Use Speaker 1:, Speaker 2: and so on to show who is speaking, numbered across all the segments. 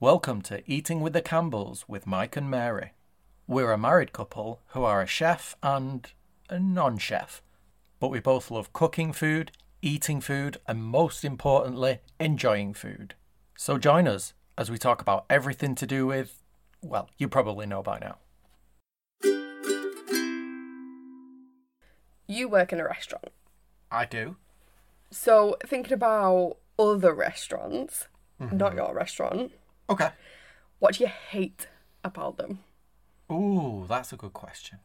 Speaker 1: Welcome to Eating with the Campbells with Mike and Mary. We're a married couple who are a chef and a non chef, but we both love cooking food, eating food, and most importantly, enjoying food. So join us as we talk about everything to do with, well, you probably know by now.
Speaker 2: You work in a restaurant.
Speaker 1: I do.
Speaker 2: So thinking about other restaurants, not your restaurant,
Speaker 1: Okay.
Speaker 2: what do you hate about them?
Speaker 1: Ooh, that's a good question.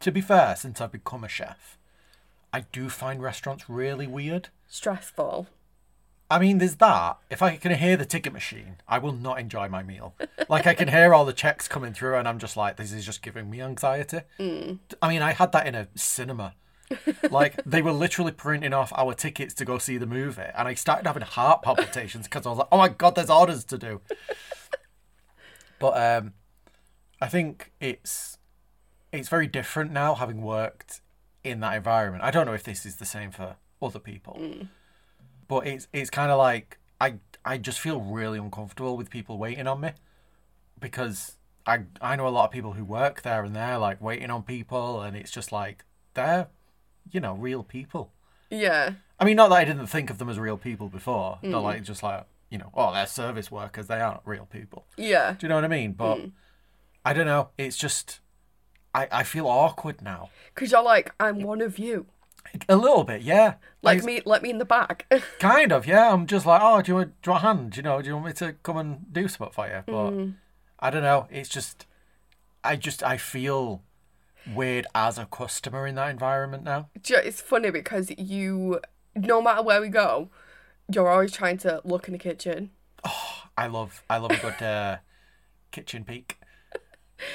Speaker 1: To be fair, since I've become a chef, I do find restaurants really weird.
Speaker 2: Stressful.
Speaker 1: I mean, there's that. If I can hear the ticket machine, I will not enjoy my meal. Like, I can hear all the checks coming through, and I'm just like, this is just giving me anxiety. I mean, I had that in a cinema. like, they were literally printing off our tickets to go see the movie, and I started having heart palpitations because I was like, oh my God, there's orders to do. but um, I think it's it's very different now having worked in that environment. I don't know if this is the same for other people but it's it's kind of like I I just feel really uncomfortable with people waiting on me because I I know a lot of people who work there and they're like waiting on people and it's just like they're you know real people.
Speaker 2: Yeah.
Speaker 1: I mean, not that I didn't think of them as real people before. Not like just like you know, oh, they're service workers. They aren't real people.
Speaker 2: Yeah.
Speaker 1: Do you know what I mean? But I don't know. It's just I I feel awkward now
Speaker 2: Because you're like, I'm one of you.
Speaker 1: a little bit. Yeah,
Speaker 2: Like me, let me in the back.
Speaker 1: Kind of, yeah. I'm just like, oh, do you want, do you want a hand? You know, do you want me to come and do something for you? But I don't know. It's just, I just, I feel weird as a customer in that environment now.
Speaker 2: Do you know, it's funny because you, no matter where we go, you're always trying to look in the kitchen.
Speaker 1: I love, I love a good uh, kitchen peek.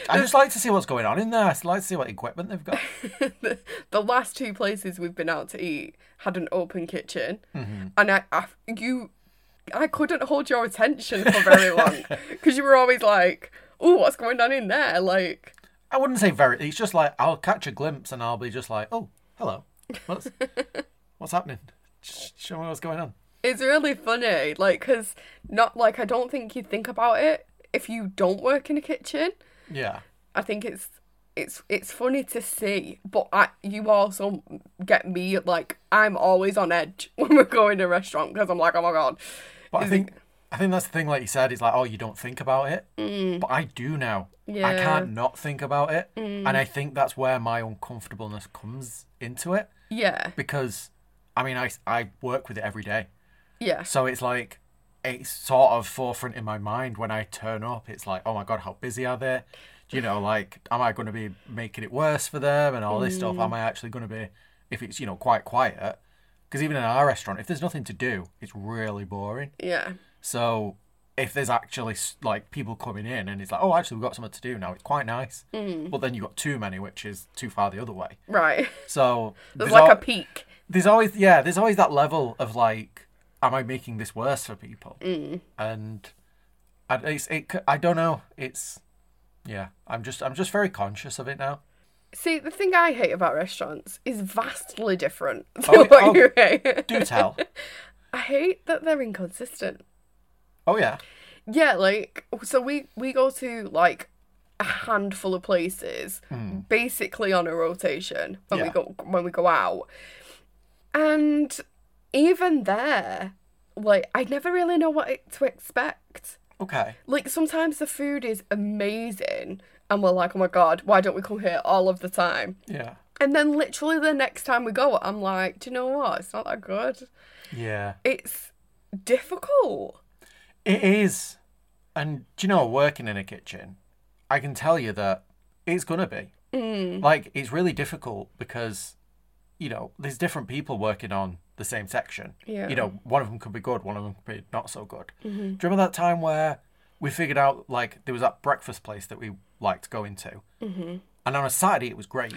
Speaker 1: I just like to see what's going on in there. I like to see what equipment they've got.
Speaker 2: the, the last two places we've been out to eat had an open kitchen, and I, I you, I couldn't hold your attention for very long because you were always like, "Oh, what's going on in there?" Like,
Speaker 1: I wouldn't say very. It's just like I'll catch a glimpse and I'll be just like, oh, hello, what's what's happening? Sh- Show me what's going on.
Speaker 2: it's really funny, like, because not like I don't think you think about it if you don't work in a kitchen.
Speaker 1: Yeah.
Speaker 2: I think it's it's it's funny to see, but I, you also get me like I'm always on edge when we're going to a restaurant because I'm like, oh my god.
Speaker 1: But I
Speaker 2: Is
Speaker 1: think I think that's the thing, like you said, it's like, oh, you don't think about it. But I do now. I
Speaker 2: Mm. Yeah. Mm.
Speaker 1: can't not think about it. And I think that's where my uncomfortableness comes into it.
Speaker 2: Yeah,
Speaker 1: Because I mean I I work with it every day.
Speaker 2: yeah.
Speaker 1: So it's like it's sort of forefront in my mind when I turn up. It's like, oh my god, how busy are they? You know, like, am I going to be making it worse for them and all this stuff?
Speaker 2: Mm.
Speaker 1: Am I actually going to be, if it's you know quite quiet? Because even in our restaurant, if there's nothing to do, it's really boring.
Speaker 2: Yeah.
Speaker 1: So if there's actually s- like people coming in and it's like, oh, actually we've got something to do now, it's quite nice.
Speaker 2: Mm-hmm.
Speaker 1: But then you have got too many, which is too far the other way.
Speaker 2: Right.
Speaker 1: So
Speaker 2: There's like a
Speaker 1: al-
Speaker 2: peak.
Speaker 1: there's always yeah, there's always that level of like, am I making this worse for people?
Speaker 2: Mm.
Speaker 1: And I, it's, it, c- I don't know. It's yeah, I'm just I'm just very conscious of it now.
Speaker 2: See, the thing I hate about restaurants is vastly different to
Speaker 1: Oh,
Speaker 2: what
Speaker 1: oh.
Speaker 2: you hate.
Speaker 1: Do tell.
Speaker 2: I hate that they're inconsistent.
Speaker 1: oh yeah,
Speaker 2: Yeah, like so we we go to like a handful of places basically on a rotation when we
Speaker 1: Hmm. Yeah.
Speaker 2: go when we go out. And even there, like I never really know what to expect.
Speaker 1: okay,
Speaker 2: Like sometimes the food is amazing and we're like, "Oh my god, why don't we come here all of the time?"
Speaker 1: yeah,
Speaker 2: And then literally the next time we go, I'm like, do you know what? It's not that good.
Speaker 1: yeah.
Speaker 2: It's difficult.
Speaker 1: It is. And do you know, working in a kitchen, I can tell you that it's going to be.
Speaker 2: Mm.
Speaker 1: Like, it's really difficult because, you know, there's different people working on the same section.
Speaker 2: Yeah. Mm-hmm.
Speaker 1: You know, one of them could be good, one of them could be not so good. Do you remember that time where we figured out, like, there was that breakfast place that we liked going to? Mm-hmm. And on a Saturday, it was great.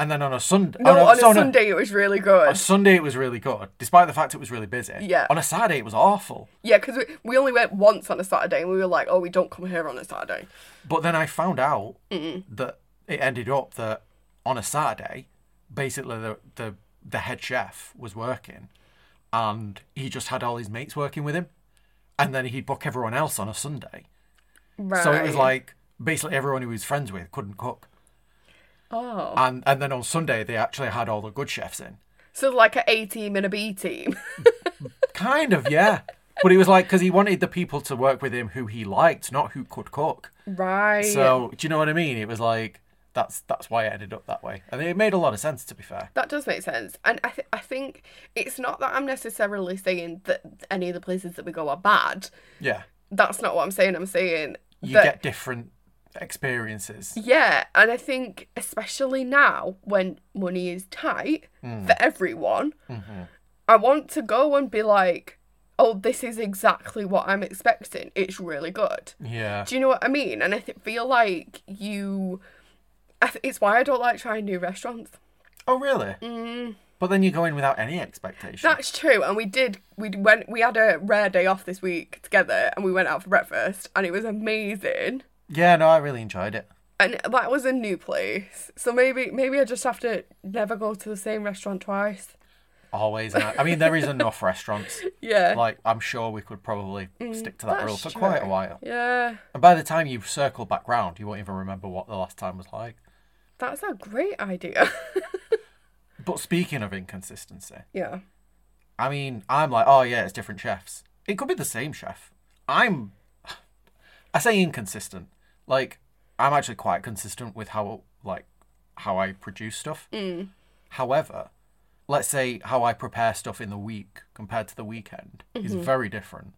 Speaker 1: And then on a Sunday. oh,
Speaker 2: No, Oh, on a Sunday it was really good.
Speaker 1: A Sunday, it was really good, despite the fact it was really busy.
Speaker 2: Yeah.
Speaker 1: On a Saturday, it was awful.
Speaker 2: Yeah, because we, we only went once on a Saturday and we were like, oh, we don't come here on a Saturday.
Speaker 1: But then I found out that it ended up that on a Saturday, basically the, the the head chef was working, and he just had all his mates working with him, and then he'd book everyone else on a Sunday.
Speaker 2: Right.
Speaker 1: So it was like basically everyone who he was friends with couldn't cook.
Speaker 2: oh,
Speaker 1: And and then on Sunday they actually had all the good chefs in.
Speaker 2: so like an A team and a B team.
Speaker 1: Kind of, yeah. But he was like, because he wanted the people to work with him who he liked, not who could cook.
Speaker 2: right.
Speaker 1: So do you know what I mean? It was like that's that's why it ended up that way, and it made a lot of sense to be fair.
Speaker 2: That does make sense. And I, th- I think it's not that I'm necessarily saying that any of the places that we go are bad.
Speaker 1: Yeah,
Speaker 2: That's not what I'm saying. I'm saying
Speaker 1: you
Speaker 2: that,
Speaker 1: get different experiences.
Speaker 2: yeah. And I think, especially now when money is tight for everyone, I want to go and be like, oh, this is exactly what I'm expecting. It's really good.
Speaker 1: Yeah,
Speaker 2: Do you know what I mean? And I th- feel like you. I th- it's why I don't like trying new restaurants.
Speaker 1: Oh, really?
Speaker 2: Mm.
Speaker 1: But then you go in without any expectation.
Speaker 2: That's true, and we did. We went. We had a rare day off this week together, and we went out for breakfast, and it was amazing.
Speaker 1: Yeah, no, I really enjoyed it.
Speaker 2: And that was a new place, so maybe maybe I just have to never go to the same restaurant twice.
Speaker 1: Always. and I I mean, there is enough restaurants.
Speaker 2: Yeah, Mm,
Speaker 1: Like, I'm sure we could probably stick to that
Speaker 2: that's
Speaker 1: rule for
Speaker 2: true.
Speaker 1: quite a while.
Speaker 2: yeah.
Speaker 1: And by the time you circle back round, you won't even remember what the last time was like.
Speaker 2: That's a great idea.
Speaker 1: But speaking of inconsistency,
Speaker 2: yeah,
Speaker 1: I mean, I'm like, oh yeah, it's different chefs. It could be the same chef. I'm, I say inconsistent. Like, I'm actually quite consistent with how like how I produce stuff. However, let's say how I prepare stuff in the week compared to the weekend is very different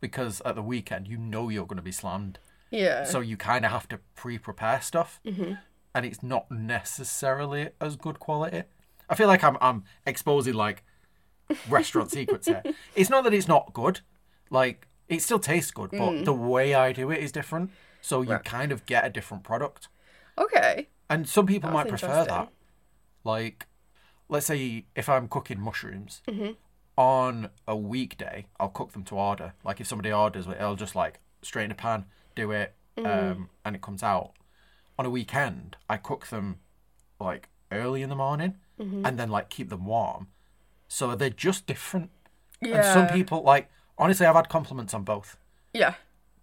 Speaker 1: because at the weekend you know you're going to be slammed,
Speaker 2: yeah.
Speaker 1: so you kind of have to pre-prepare stuff, and it's not necessarily as good quality. I feel like I'm I'm exposing like restaurant secrets here. It's not that it's not good. Like it still tastes good, but the way I do it is different. So you kind of get a different product.
Speaker 2: okay.
Speaker 1: And some people might prefer
Speaker 2: interesting.
Speaker 1: that. Like let's say if I'm cooking mushrooms
Speaker 2: Mm-hmm.
Speaker 1: on a weekday, I'll cook them to order. Like if somebody orders it, I'll just like straight in a pan, do it,
Speaker 2: Mm-hmm.
Speaker 1: um, and it comes out. On a weekend, I cook them like early in the morning
Speaker 2: Mm-hmm.
Speaker 1: and then like keep them warm. So they're just different.
Speaker 2: Yeah.
Speaker 1: And some people like honestly I've had compliments on both.
Speaker 2: Yeah.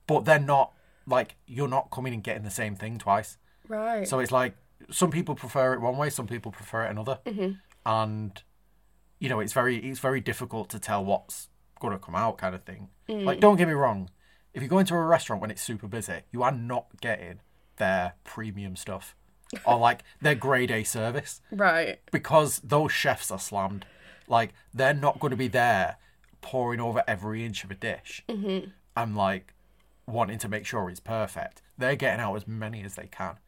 Speaker 1: But they're not like you're not coming and getting the same thing twice.
Speaker 2: Right.
Speaker 1: So it's like some people prefer it one way, some people prefer it another. And you know, it's very it's very difficult to tell what's gonna come out kind of thing. Like don't get me wrong, if you go into a restaurant when it's super busy, you are not getting their premium stuff. or like their grade A service
Speaker 2: right.
Speaker 1: because those chefs are slammed. Like they're not going to be there pouring over every inch of a dish. Mm-hmm. and like wanting to make sure it's perfect. They're getting out as many as they can.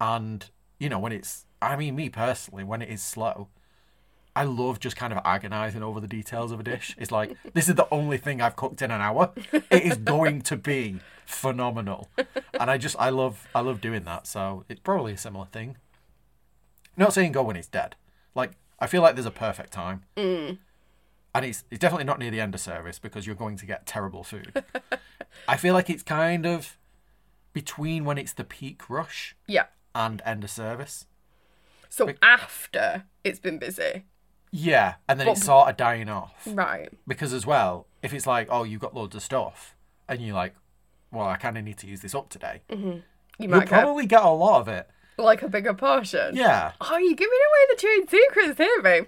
Speaker 1: And you know when it's, I mean, me personally, when it is slow. I love just kind of agonizing over the details of a dish. It's like, this is the only thing I've cooked in an hour. It is going to be phenomenal. And I just I love I love doing that. So it's probably a similar thing not saying go when it's dead. Like I feel like there's a perfect time, and it's it's definitely not near the end of service because you're going to get terrible food. I feel like it's kind of between when it's the peak rush
Speaker 2: Yeah.
Speaker 1: and end of service.
Speaker 2: So after it's been busy.
Speaker 1: Yeah, and then it's sort of dying off
Speaker 2: Right.
Speaker 1: because as well, if it's like oh you've got loads of stuff and you're like, well I kind of need to use this up today,
Speaker 2: You
Speaker 1: you'll
Speaker 2: might get
Speaker 1: probably get a lot of it.
Speaker 2: like a bigger portion.
Speaker 1: Yeah,
Speaker 2: Oh, you're giving away the trade secrets here, babe.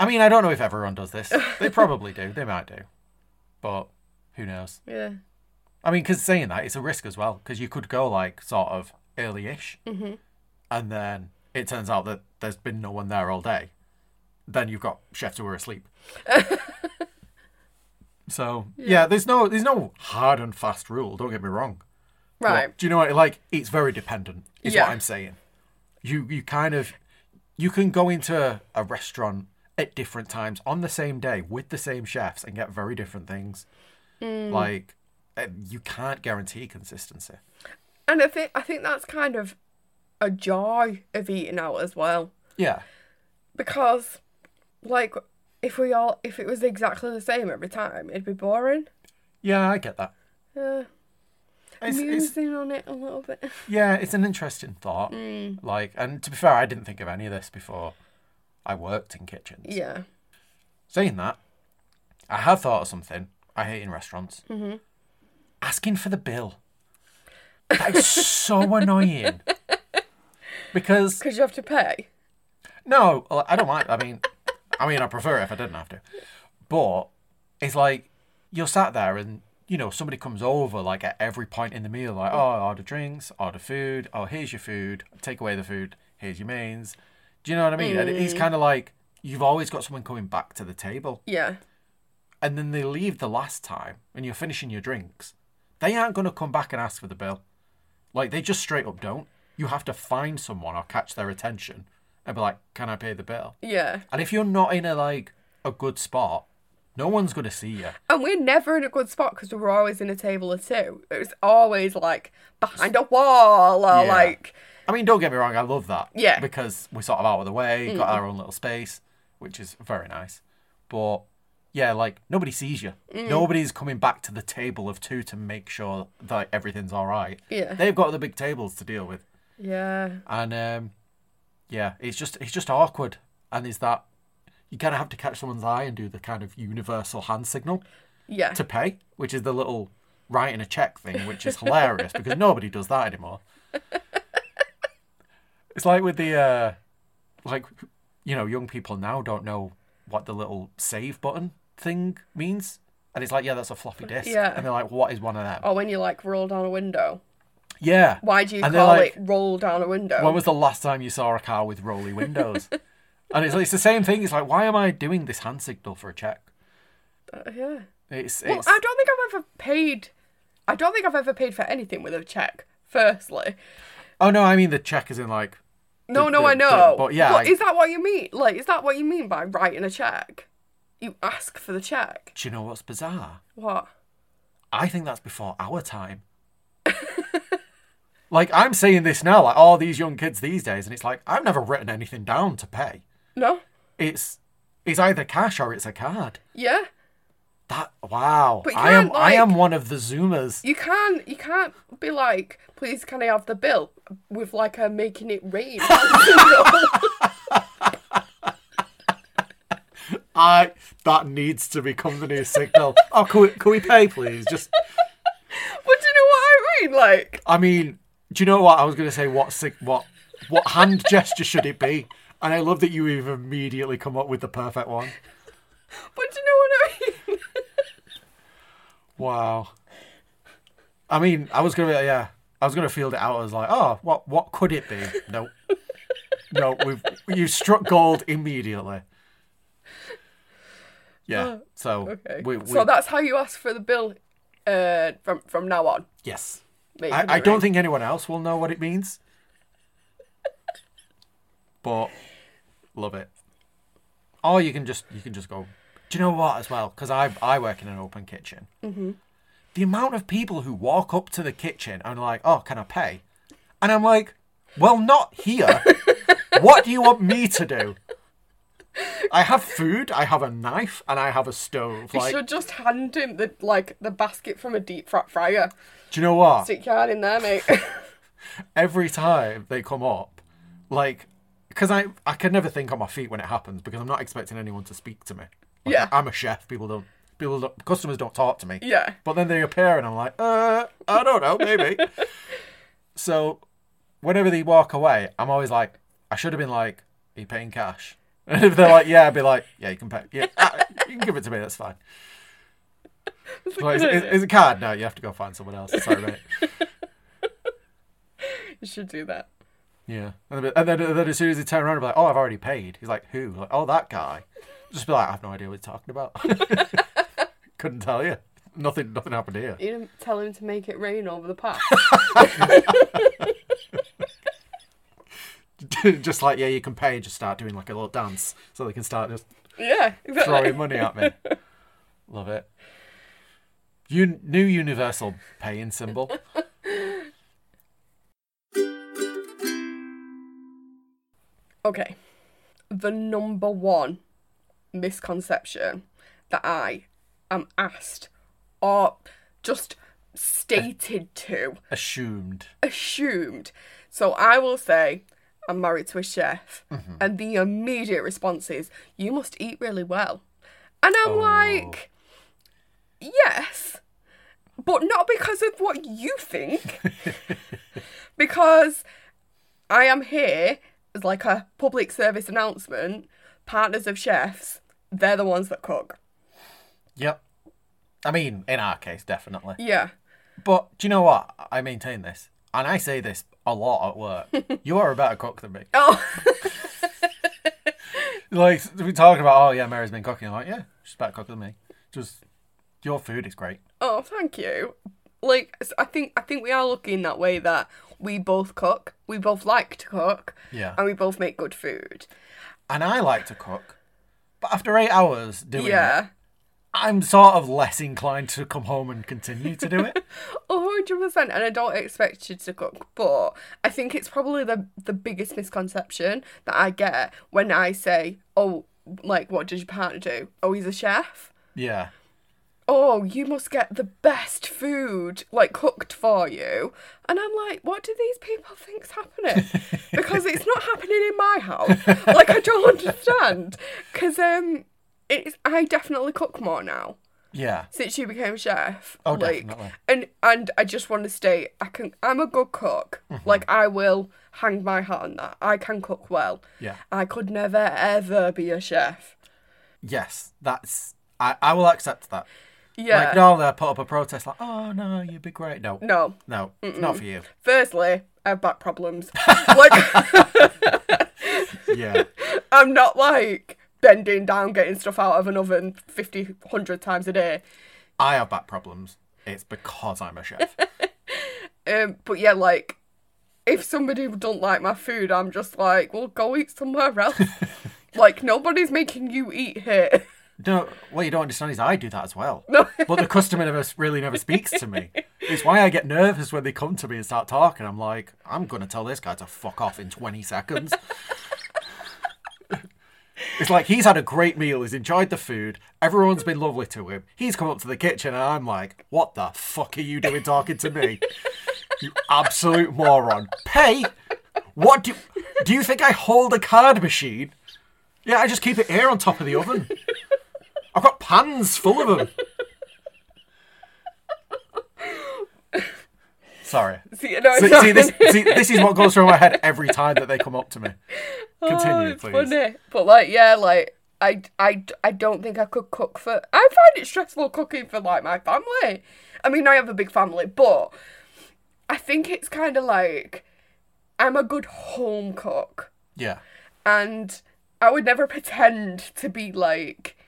Speaker 1: I mean I don't know if everyone does this. They probably do. They might do, but who knows.
Speaker 2: Yeah.
Speaker 1: I mean, because saying that, it's a risk as well, because you could go like sort of early ish, and then it turns out that there's been no one there all day. Then you've got chefs who are asleep. so yeah. there's no there's no hard and fast rule. Don't get me wrong. But
Speaker 2: Right.
Speaker 1: do you know what? Like, it's very dependent. Is
Speaker 2: Yeah.
Speaker 1: what I'm saying. You you kind of you can go into a restaurant at different times on the same day with the same chefs and get very different things. Like uh, you can't guarantee consistency.
Speaker 2: And I think I think that's kind of a joy of eating out as well.
Speaker 1: Yeah.
Speaker 2: Because like if we all if it was exactly the same every time, it'd be boring.
Speaker 1: Yeah, I get that.
Speaker 2: Yeah.
Speaker 1: It's, it's
Speaker 2: Musing on it a little bit.
Speaker 1: yeah, it's an interesting thought. Like, and to be fair, I didn't think of any of this before I worked in kitchens.
Speaker 2: Yeah.
Speaker 1: Saying that, I have thought of something. I hate in restaurants. Asking for the bill. That is so annoying. Because
Speaker 2: because you have to pay.
Speaker 1: no, I I don't mind. I mean, I mean, I prefer it if I didn't have to. But it's like you're sat there and you know somebody comes over like at every point in the meal, like oh, order drinks, order food. Oh, here's your food. Take away the food. Here's your mains. Do you know what I mean? And it's kind of like you've always got someone coming back to the table,
Speaker 2: Yeah.
Speaker 1: and then they leave the last time, and you're finishing your drinks. They aren't going to come back and ask for the bill. Like they just straight up don't. You have to find someone or catch their attention and be like, "Can I pay the bill?"
Speaker 2: Yeah.
Speaker 1: And if you're not in a like a good spot, no one's gonna see you.
Speaker 2: And we're never in a good spot because we were always in a table or two. It was always like behind a wall or
Speaker 1: Yeah.
Speaker 2: like
Speaker 1: I mean, don't get me wrong, I love that.
Speaker 2: Yeah. Mm.
Speaker 1: Because we're sort of out of the way, got our own little space, which is very nice. But yeah, like nobody sees you.
Speaker 2: Mm.
Speaker 1: Nobody's coming back to the table of two to make sure that everything's all right.
Speaker 2: Yeah.
Speaker 1: They've got the big tables to deal with,
Speaker 2: yeah.
Speaker 1: and um, yeah, it's just it's just awkward. And is that you kind of have to catch someone's eye and do the kind of universal hand signal.
Speaker 2: Yeah.
Speaker 1: to pay, which is the little writing a check thing, which is hilarious because nobody does that anymore. It's like with the, uh, like, you know, young people now don't know what the little save button thing means. And it's like, yeah, that's a floppy disk.
Speaker 2: Yeah.
Speaker 1: And they're like, what is one of them?
Speaker 2: Or when you like roll down a window.
Speaker 1: Yeah.
Speaker 2: Why do you
Speaker 1: And they're
Speaker 2: call
Speaker 1: like-
Speaker 2: it roll down a window?
Speaker 1: When was the last time you saw a car with rolly windows? and it's, it's the same thing. It's like, why am I doing this hand signal for a check?
Speaker 2: Uh, yeah.
Speaker 1: It's,
Speaker 2: Well,
Speaker 1: it's
Speaker 2: I don't think I've ever paid. I don't think I've ever paid for anything with a check. Firstly,
Speaker 1: oh no, I mean the check is in like,
Speaker 2: no,
Speaker 1: The-
Speaker 2: no,
Speaker 1: the-
Speaker 2: I
Speaker 1: the-
Speaker 2: know.
Speaker 1: but yeah, I-
Speaker 2: is that what you mean? Like, is that what you mean by writing a check? You ask for the check.
Speaker 1: do you know what's bizarre?
Speaker 2: What?
Speaker 1: I think that's before our time. like I'm saying this now, like all these young kids these days, and it's like I've never written anything down to pay.
Speaker 2: No.
Speaker 1: It's it's either cash or it's a card.
Speaker 2: Yeah.
Speaker 1: That wow.
Speaker 2: But you
Speaker 1: I am
Speaker 2: can't,
Speaker 1: I am
Speaker 2: like-
Speaker 1: one of the Zoomers.
Speaker 2: You can. You can't be like, please, can I have the bill with like a making it rain?
Speaker 1: I that needs to become the new signal. oh, can we, can we pay, please? Just
Speaker 2: But do you know what I mean? Like,
Speaker 1: I mean, do you know what I was going to say? What sig- what what hand gesture should it be? And I love that you have immediately come up with the perfect one.
Speaker 2: but do you know what I mean?
Speaker 1: Wow. I mean, I was gonna be- yeah, I was gonna field it out as like, oh, what what could it be? No, no, we've you struck gold immediately. Yeah. So
Speaker 2: Oh, Okay.
Speaker 1: we, we
Speaker 2: so that's how you ask for the bill uh, from from now on.
Speaker 1: yes.
Speaker 2: Maybe,
Speaker 1: I, I don't think anyone else will know what it means. But love it. Or you can just you can just go. Do you know what as well? Because I I work in an open kitchen. Mm-hmm. The amount of people who walk up to the kitchen and are like, "Oh, can I pay?" And I'm like, "Well, not here. what do you want me to do?" I have food, I have a knife, and I have a stove.
Speaker 2: You
Speaker 1: Like,
Speaker 2: should just hand him the like the basket from a deep fat fryer.
Speaker 1: do you know what?
Speaker 2: Stick your hand in there, mate.
Speaker 1: every time they come up, like, because I I can never think on my feet when it happens because I'm not expecting anyone to speak to me. Like,
Speaker 2: Yeah.
Speaker 1: I'm a chef. People don't. People don't, customers don't talk to me.
Speaker 2: yeah.
Speaker 1: But then they appear and I'm like, uh, I don't know, maybe. so, whenever they walk away, I'm always like, I should have been like, are you paying cash? And if they're like, yeah, I'd be like, yeah, you can pay. Yeah, uh, you can give it to me. That's fine. Like, is, is, is it card? No, you have to go find someone else. Sorry, mate.
Speaker 2: You should do that.
Speaker 1: Yeah, and then, and then, and then as soon as he turned around, i be like, "Oh, I've already paid." He's like, "Who?" Like, "Oh, that guy." Just be like, "I have no idea what he's talking about." Couldn't tell you. Nothing. Nothing happened here.
Speaker 2: You didn't tell him to make it rain over the path.
Speaker 1: just like, yeah, you can pay. Just start doing like a little dance, so they can start just
Speaker 2: yeah. Exactly.
Speaker 1: throwing money at me. Love it. Un- new universal paying symbol.
Speaker 2: Okay. The number one misconception that I am asked or just stated to
Speaker 1: Assumed.
Speaker 2: assumed. So I will say, I'm married to a chef. And the immediate response is, you must eat really well. And I'm like, Yes, but not because of what you think. because I am here as like a public service announcement. Partners of chefs, they're the ones that cook.
Speaker 1: Yep. I mean, in our case, definitely.
Speaker 2: Yeah.
Speaker 1: But do you know what? I maintain this, and I say this a lot at work. you are a better cook than me.
Speaker 2: Oh,
Speaker 1: Like we talking about, oh yeah, Mary's been cooking. I'm like, yeah, she's a better cook than me. Just your food is great.
Speaker 2: oh, thank you. Like s- I think I think we are lucky in that way that we both cook, we both like to cook,
Speaker 1: Yeah.
Speaker 2: and we both make good food.
Speaker 1: And I like to cook, but after eight hours doing it,
Speaker 2: Yeah.
Speaker 1: I'm sort of less inclined to come home and continue to do it.
Speaker 2: Oh, 100%. And I don't expect you to cook, but I think it's probably the, the biggest misconception that I get when I say, oh, like, what does your partner do? Oh, he's a chef.
Speaker 1: yeah.
Speaker 2: Oh, you must get the best food, like, cooked for you. And I'm like, what do these people think's happening? Because it's not happening in my house. Like, I don't understand. Because um, it's, I definitely cook more now
Speaker 1: Yeah.
Speaker 2: since you became chef.
Speaker 1: Oh,
Speaker 2: like,
Speaker 1: definitely.
Speaker 2: And and I just want to state, I can. I'm a good cook.
Speaker 1: Mm-hmm.
Speaker 2: Like I will hang my hat on that. I can cook well.
Speaker 1: Yeah.
Speaker 2: I could never ever be a chef.
Speaker 1: Yes. That's. I, I will accept that.
Speaker 2: Yeah.
Speaker 1: Like, normally I put up a protest, like, oh no, you'd be great. No.
Speaker 2: no.
Speaker 1: No. It's not for you.
Speaker 2: Firstly, I have back problems. like
Speaker 1: Yeah.
Speaker 2: I'm not like bending down, getting stuff out of an oven 50, 100 times a day.
Speaker 1: I have back problems. It's because I'm a chef.
Speaker 2: Um, but yeah, like if somebody don't like my food, I'm just like, well, go eat somewhere else. like nobody's making you eat here.
Speaker 1: No, what you don't understand is I do that as well. but the customer never really never speaks to me. It's why I get nervous when they come to me and start talking. I'm like, I'm gonna tell this guy to fuck off in 20 seconds. it's like he's had a great meal, he's enjoyed the food, everyone's been lovely to him. He's come up to the kitchen and I'm like, what the fuck are you doing talking to me? You absolute moron. Pay? What do do you think I hold a card machine? Yeah, I just keep it here on top of the oven. I've got pans full of them. Sorry.
Speaker 2: See, no,
Speaker 1: See,
Speaker 2: it's
Speaker 1: see,
Speaker 2: not-
Speaker 1: this, see, this is what goes through my head every time that they come up to me. Continue,
Speaker 2: Oh, it's
Speaker 1: please.
Speaker 2: funny. But like, yeah, like I, I, I don't think I could cook for. I find it stressful cooking for like my family. I mean, I have a big family, but I think it's kind of like I'm a good home cook,
Speaker 1: Yeah.
Speaker 2: and I would never pretend to be like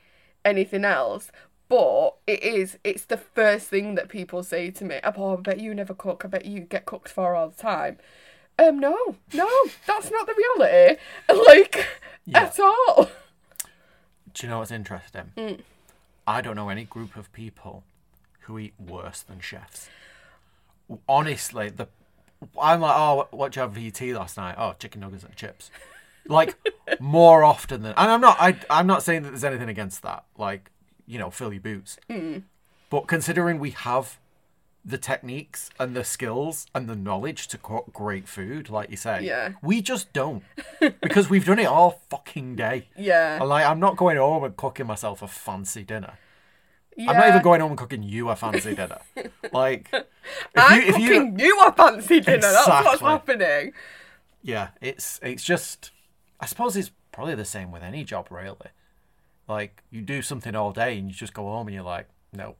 Speaker 2: anything else. But it is, it's the first thing that people say to me. Oh, I bet you never cook. I bet you get cooked for all the time. Um, no, no, that's not the reality. Like, at all.
Speaker 1: Do you know what's interesting? I don't know any group of people who eat worse than chefs. Honestly, the I'm like, oh, what- what did you have for your tea last night? Oh, chicken nuggets and chips. Like more often than, and I'm not, I, I'm not saying that there's anything against that. Like, you know, fill your boots. But considering we have the techniques and the skills and the knowledge to cook great food, like you say,
Speaker 2: Yeah.
Speaker 1: we just don't because we've done it all fucking day.
Speaker 2: Yeah.
Speaker 1: And, Like I'm not going home and cooking myself a fancy dinner.
Speaker 2: yeah.
Speaker 1: I'm not even going home and cooking you a fancy dinner. Like if
Speaker 2: I'm
Speaker 1: you, if you,
Speaker 2: cooking you a fancy dinner. That's what's
Speaker 1: Exactly.
Speaker 2: happening.
Speaker 1: yeah, it's it's just. I suppose it's probably the same with any job, really. Like you do something all day and you just go home and you're like, no,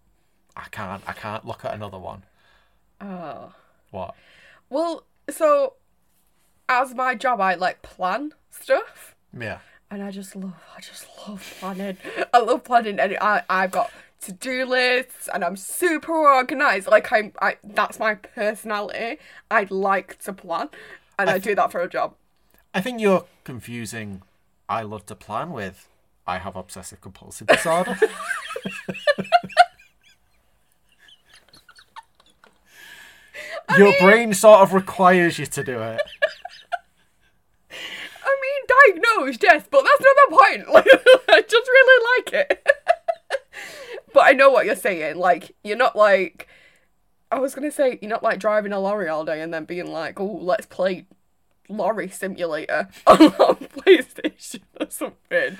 Speaker 1: I can't, I can't look at another one.
Speaker 2: Oh.
Speaker 1: What?
Speaker 2: Well, so as my job, I like plan stuff.
Speaker 1: Yeah,
Speaker 2: and I just love, I just love planning. I love planning, and I, I've got to do lists, and I'm super organized. Like I'm, I that's my personality. I like to plan, and I, do that for a job.
Speaker 1: I think you're confusing. I love to plan with. I have obsessive compulsive disorder. Your brain sort of requires you to do it.
Speaker 2: I mean, diagnosed, yes, but that's not the point. Like, I just really like it. but I know what you're saying. Like, you're not like. I was gonna say you're not like driving a lorry all day and then being like, "Oh, let's play lorry simulator on PlayStation or something."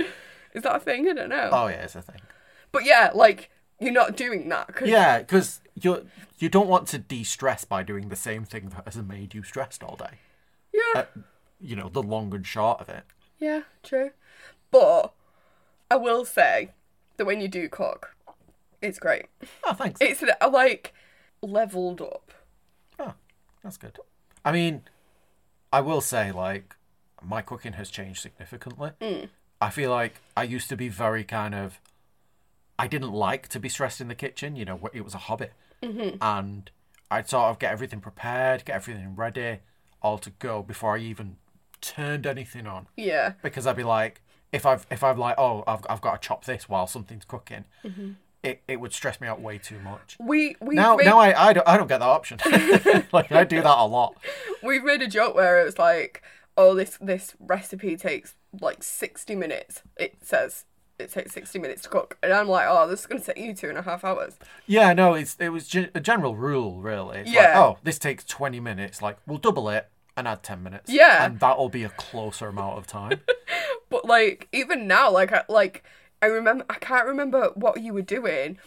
Speaker 2: Is that a thing? I don't know.
Speaker 1: Uh, Oh yeah, it's a thing.
Speaker 2: But yeah, like you're not doing that. 'cause-
Speaker 1: Yeah, because you you don't want to de-stress by doing the same thing that has made you stressed all day. Uh,
Speaker 2: yeah.
Speaker 1: You know, the long and short of it.
Speaker 2: Yeah, true. But I will say that when you do cook, it's great.
Speaker 1: Oh, thanks.
Speaker 2: It's uh, like leveled up.
Speaker 1: Oh, that's good. I mean, I will say, like, my cooking has changed significantly. I feel like I used to be very kind of. I didn't like to be stressed in the kitchen, you know, wh- it was a hobby. And I'd sort of get everything prepared, get everything ready, all to go before I even turned anything on.
Speaker 2: Yeah.
Speaker 1: Because I'd be like, if I've, if I've like, oh, I've, I've got to chop this while something's cooking, it, it would stress me out way too much.
Speaker 2: We we
Speaker 1: Now,
Speaker 2: made,
Speaker 1: now I, I, don't, I don't get that option. like, I do that a lot.
Speaker 2: we've made a joke where it was like, oh, this this recipe takes like sixty minutes. It says it takes sixty minutes to cook, and I'm like, oh, this is gonna take you two and a half hours.
Speaker 1: Yeah, no, it's it was ge- a general rule, really. It's like,
Speaker 2: Yeah.
Speaker 1: oh, this takes 20 minutes. Like, we'll double it and add 10 minutes.
Speaker 2: Yeah.
Speaker 1: And that'll be a closer amount of time.
Speaker 2: But like even now, like I like I remember I can't remember what you were doing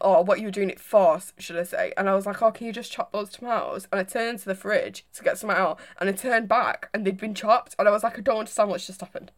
Speaker 2: or what you were doing it for, s- should I say? And I was like, oh, can you just chop those tomatoes? And I turned to the fridge to get some out, and I turned back, and they'd been chopped, and I was like, I don't understand what's just happened.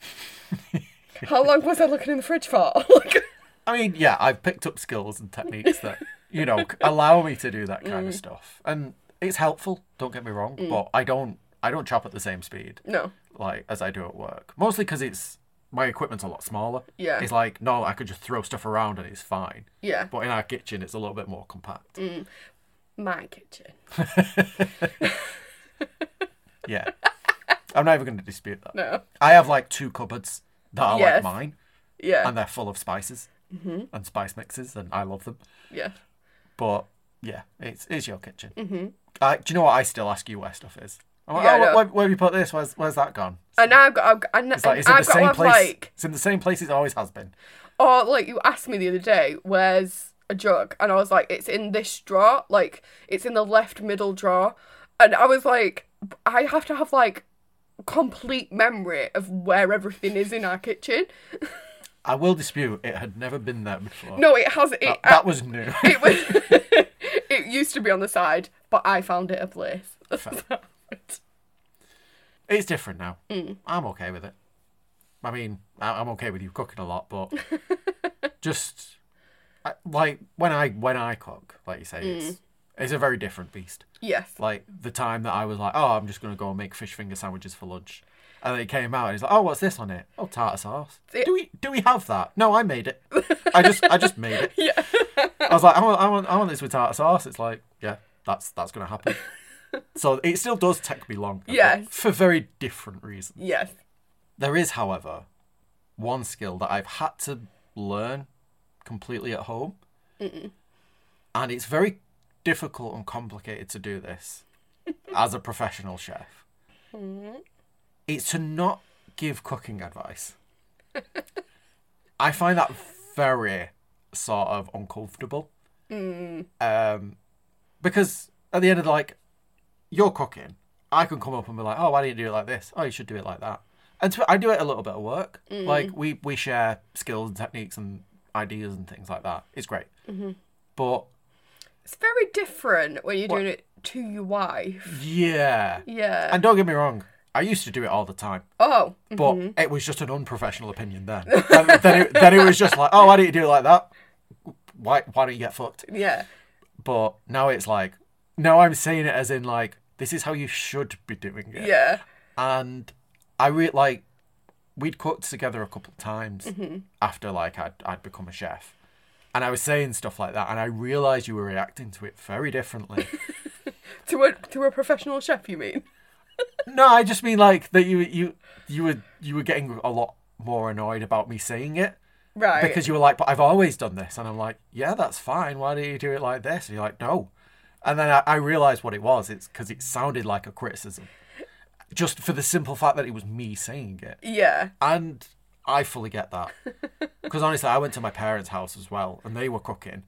Speaker 2: How long was I looking in the fridge for? like,
Speaker 1: I mean, yeah, I've picked up skills and techniques that, you know, c- allow me to do that
Speaker 2: Mm.
Speaker 1: kind of stuff. And it's helpful, don't get me wrong, but I don't I don't chop at the same speed.
Speaker 2: no,
Speaker 1: like as I do at work. Mostly because it's my equipment's a lot smaller.
Speaker 2: Yeah.
Speaker 1: It's like no, I could just throw stuff around and it's fine.
Speaker 2: yeah,
Speaker 1: But in our kitchen, it's a little bit more compact.
Speaker 2: Mm. my kitchen.
Speaker 1: Yeah. I'm not even going to dispute that.
Speaker 2: No,
Speaker 1: I have like two cupboards that are
Speaker 2: Yes. Mm-hmm.
Speaker 1: like mine,
Speaker 2: yeah,
Speaker 1: and they're full of spices and spice mixes, and I love them.
Speaker 2: yeah.
Speaker 1: But yeah, it's it's your kitchen. Mm-hmm. Uh, do you know what? I still ask you where stuff is. I'm like,
Speaker 2: Yeah, I
Speaker 1: oh, where-
Speaker 2: know.
Speaker 1: where, where have you put this? Where's where's that gone?
Speaker 2: And now I've got, I've got, and,
Speaker 1: It's like
Speaker 2: and
Speaker 1: it's in
Speaker 2: I've
Speaker 1: the
Speaker 2: got to
Speaker 1: same
Speaker 2: have,
Speaker 1: place.
Speaker 2: like,
Speaker 1: It's in the same place it always has been.
Speaker 2: Or like you asked me the other day, where's a jug? And I was like, it's in this drawer, like it's in the left middle drawer. And I was like, I have to have like complete memory of where everything is in our kitchen.
Speaker 1: I will dispute it had never been there before.
Speaker 2: No, it has it.
Speaker 1: that was new.
Speaker 2: it was. it used to be on the side, but I found it a place.
Speaker 1: It's different now. I'm okay with it. I mean, I- I'm okay with you cooking a lot, but just I- like when I when I cook, like you say, it's it's a very different beast.
Speaker 2: yes.
Speaker 1: Like the time that I was like, oh, I'm just gonna go and make fish finger sandwiches for lunch, and then it came out and it's like, oh, what's this on it? Oh, tartar sauce.
Speaker 2: It-
Speaker 1: do we do we have that? No, I made it. I just I just made it.
Speaker 2: Yeah.
Speaker 1: I was like, I want I want I want this with tartar sauce. It's like, yeah, that's that's gonna happen. So it still does take me long, I think,
Speaker 2: Yes.
Speaker 1: for very different reasons.
Speaker 2: yes.
Speaker 1: There is, however, one skill that I've had to learn completely at home. And it's very difficult and complicated to do this as a professional chef. It's to not give cooking advice. I find that very sort of uncomfortable. Um, because at the end of the, like, you're cooking, I can come up and be like, "Oh, why didn't you do it like this? Oh, you should do it like that." And so I do it a little bit of work. Like we we share skills and techniques and ideas and things like that. It's great. But
Speaker 2: It's very different when you're doing it to your wife.
Speaker 1: yeah,
Speaker 2: Yeah.
Speaker 1: and don't get me wrong, I used to do it all the time,
Speaker 2: oh.
Speaker 1: but it was just an unprofessional opinion then. then, then it, then it was just like, "Oh, why didn't you do it like that? Why why don't you get fucked?"
Speaker 2: Yeah.
Speaker 1: But now it's like, now I'm saying it as in like, this is how you should be doing it.
Speaker 2: Yeah.
Speaker 1: and I re- like we'd cooked together a couple of times after like I'd I'd become a chef, and I was saying stuff like that, and I realised you were reacting to it very differently.
Speaker 2: To a to a professional chef, you mean?
Speaker 1: no, I just mean like that you you you were you were getting a lot more annoyed about me saying it
Speaker 2: Right.
Speaker 1: because you were like, but I've always done this, and I'm like, yeah, that's fine. Why do you do it like this? And you're like, no. And then I, I realised what it was. It's because it sounded like a criticism, just for the simple fact that it was me saying it.
Speaker 2: yeah.
Speaker 1: And I fully get that. Because honestly, I went to my parents' house as well and they were cooking.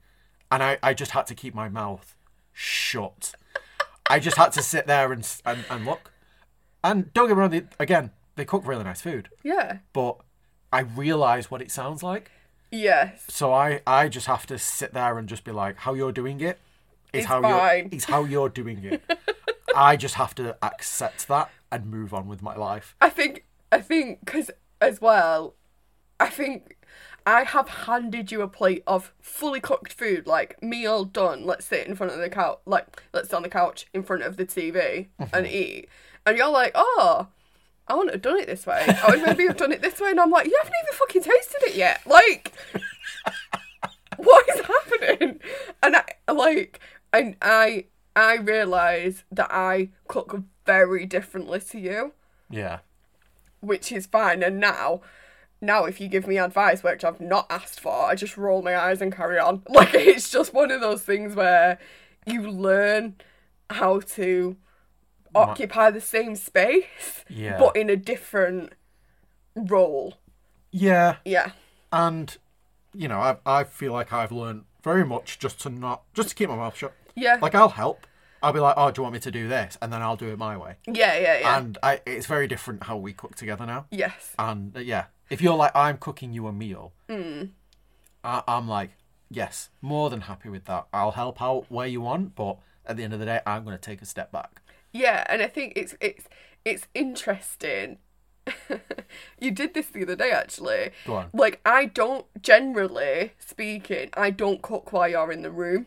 Speaker 1: And I, I just had to keep my mouth shut. I just had to sit there and, s- and, and look. And don't get me wrong, they, again, they cook really nice food.
Speaker 2: Yeah.
Speaker 1: But I realise what it sounds like.
Speaker 2: Yes.
Speaker 1: So I, I just have to sit there and just be like, how you're doing it is
Speaker 2: It's
Speaker 1: how
Speaker 2: fine.
Speaker 1: you're is how you're doing it. I just have to accept that and move on with my life.
Speaker 2: I think I think because as well, I think I have handed you a plate of fully cooked food, like meal done. Let's sit in front of the couch, like let's sit on the couch in front of the TV and eat, and you're like, oh. I wouldn't have done it this way. I would maybe have done it this way, and I'm like, you haven't even fucking tasted it yet. Like, what is happening? And I like, and I, I realize that I cook very differently to you
Speaker 1: Yeah.
Speaker 2: which is fine. And now, now if you give me advice, which I've not asked for, I just roll my eyes and carry on. Like it's just one of those things where you learn how to occupy the same space,
Speaker 1: Yeah.
Speaker 2: but in a different role.
Speaker 1: Yeah.
Speaker 2: Yeah.
Speaker 1: And you know, I I feel like I've learned very much just to not just to keep my mouth shut.
Speaker 2: Yeah.
Speaker 1: Like I'll help. I'll be like, oh, do you want me to do this? And then I'll do it my way.
Speaker 2: yeah. Yeah. Yeah.
Speaker 1: And I, it's very different how we cook together now.
Speaker 2: yes.
Speaker 1: And uh, yeah, if you're like, I'm cooking you a meal, I, I'm like, yes, more than happy with that. I'll help out where you want, but at the end of the day, I'm going to take a step back.
Speaker 2: Yeah, and I think it's it's it's interesting. you did this the other day actually.
Speaker 1: Go on.
Speaker 2: Like I don't generally speaking, I don't cook while you're in the room.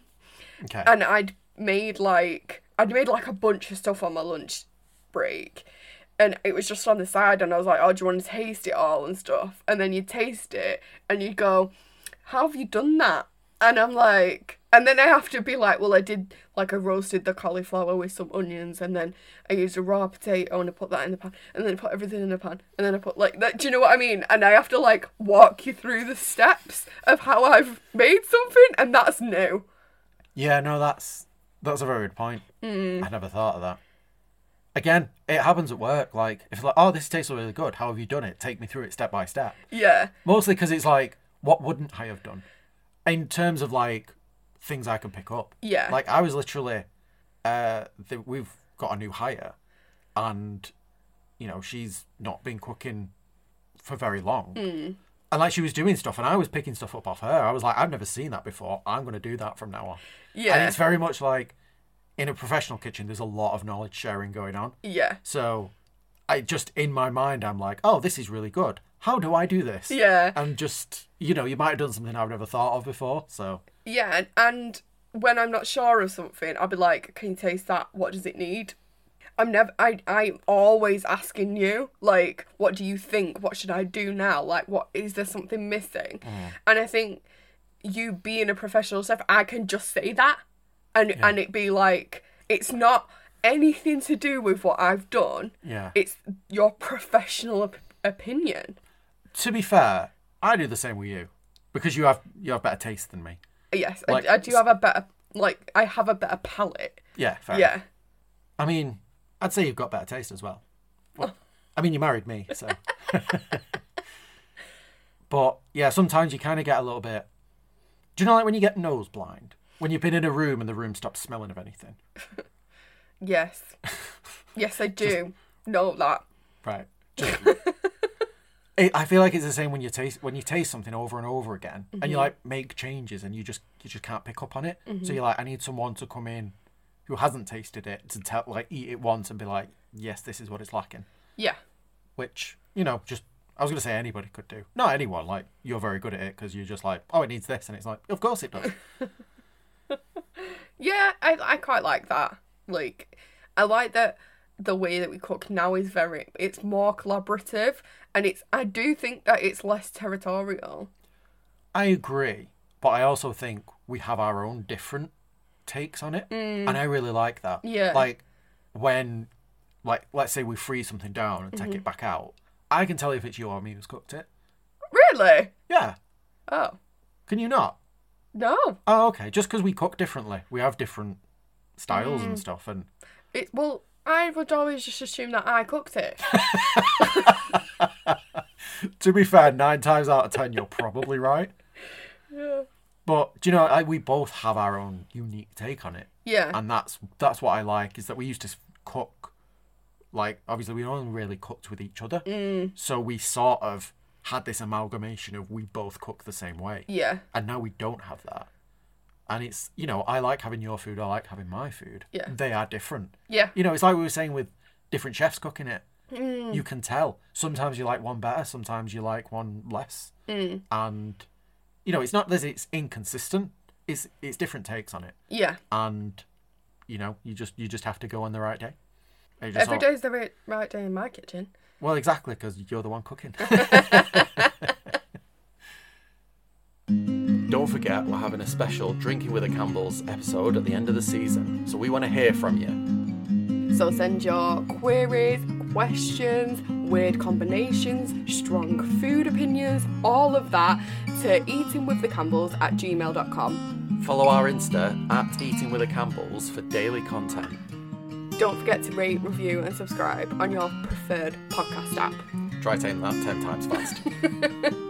Speaker 1: Okay.
Speaker 2: And I'd made like I'd made like a bunch of stuff on my lunch break. And it was just on the side and I was like, Oh, do you want to taste it all and stuff? And then you taste it and you go, How have you done that? And I'm like and then I have to be like, Well I did like I roasted the cauliflower with some onions and then I used a raw potato and I put that in the pan and then I put everything in the pan and then I put like that do you know what I mean? And I have to like walk you through the steps of how I've made something and that's new.
Speaker 1: yeah, no, that's that's a very good point. I never thought of that. Again, it happens at work. Like, if like, oh, this tastes really good. How have you done it? Take me through it step by step.
Speaker 2: Yeah.
Speaker 1: Mostly because it's like, what wouldn't I have done? In terms of like things I can pick up.
Speaker 2: Yeah.
Speaker 1: Like I was literally, uh, th- we've got a new hire, and you know she's not been cooking for very long, and like she was doing stuff, and I was picking stuff up off her. I was like, I've never seen that before. I'm gonna do that from now on. And
Speaker 2: Yeah.
Speaker 1: it's very much like in a professional kitchen. There's a lot of knowledge sharing going on.
Speaker 2: Yeah.
Speaker 1: So I just in my mind I'm like, oh, this is really good. How do I do this?
Speaker 2: Yeah.
Speaker 1: And just you know, you might have done something I've never thought of before. So
Speaker 2: Yeah. And, and when I'm not sure of something, I'll be like, can you taste that? What does it need? I'm never, I, I'm always asking you, like, what do you think? What should I do now? Like, what, is there something missing?
Speaker 1: Mm.
Speaker 2: And I think you being a professional chef, I can just say that and, and it be like, it's not anything to do with what I've done.
Speaker 1: yeah.
Speaker 2: It's your professional op- opinion.
Speaker 1: to be fair, I do the same with you because you have you have better taste than me.
Speaker 2: Yes,
Speaker 1: Like-
Speaker 2: I, I do have a better like I have a better palate.
Speaker 1: Yeah, fair. enough.
Speaker 2: Yeah,
Speaker 1: I mean, I'd say you've got better taste as well. Well, I mean, you married me, so. but yeah, sometimes you kind of get a little bit. Do you know like when you get nose blind? When you've been in a room and the room stops smelling of anything.
Speaker 2: yes, yes, I do know that.
Speaker 1: Right. Just- it, I feel like it's the same when you taste when you taste something over and over again, and you like make changes, and you just you just can't pick up on it. So you're like, I need someone to come in who hasn't tasted it to tell like eat it once and be like, yes, this is what it's lacking.
Speaker 2: Yeah,
Speaker 1: Which you know, just I was gonna say anybody could do. Not anyone. Like you're very good at it because you're just like, oh, it needs this, and it's like, of course it does.
Speaker 2: yeah, I I quite like that. Like, I like that the way that we cook now is very it's more collaborative and it's I do think that it's less territorial.
Speaker 1: I agree, but I also think we have our own different takes on it, and I really like that.
Speaker 2: Yeah.
Speaker 1: Like when, like let's say we freeze something down and take it back out, I can tell if it's you or me who's cooked it.
Speaker 2: Really?
Speaker 1: Yeah.
Speaker 2: Oh
Speaker 1: Can you not?
Speaker 2: no,
Speaker 1: Oh, okay. Just because we cook differently, we have different styles and stuff, and
Speaker 2: it well I would always just assume that I cooked it.
Speaker 1: to be fair, nine times out of ten, you're probably right.
Speaker 2: yeah.
Speaker 1: But do you know, I, we both have our own unique take on it.
Speaker 2: Yeah.
Speaker 1: and that's that's what I like is that we used to
Speaker 2: Mm.
Speaker 1: cook, like obviously we only really cooked with each other, so we sort of had this amalgamation of we both cook the same way.
Speaker 2: Yeah.
Speaker 1: And now we don't have that. And it's, you know, I like having your food, I like having my food.
Speaker 2: Yeah.
Speaker 1: They are different.
Speaker 2: Yeah.
Speaker 1: You know, it's like we were saying with different chefs cooking it.
Speaker 2: Mm.
Speaker 1: You can tell. Sometimes you like one better, sometimes you like one less.
Speaker 2: Mm.
Speaker 1: And, you know, it's not that it's inconsistent, it's, it's different takes on it.
Speaker 2: Yeah.
Speaker 1: And, you know, you just you just have to go on the right day. Every day.
Speaker 2: Every day's the right, right day in my kitchen.
Speaker 1: Well, exactly, because you're the one cooking. Don't forget, we're having a special Drinking with the Campbells episode at the end of the season, so we want to hear from you.
Speaker 2: So send your queries, questions, weird combinations, strong food opinions, all of that to eatingwiththecampbells at gmail.com.
Speaker 1: Follow our Insta at Eating with the Campbells for daily content.
Speaker 2: Don't forget to rate, review, and subscribe on your preferred podcast app.
Speaker 1: Try saying that 10 times fast.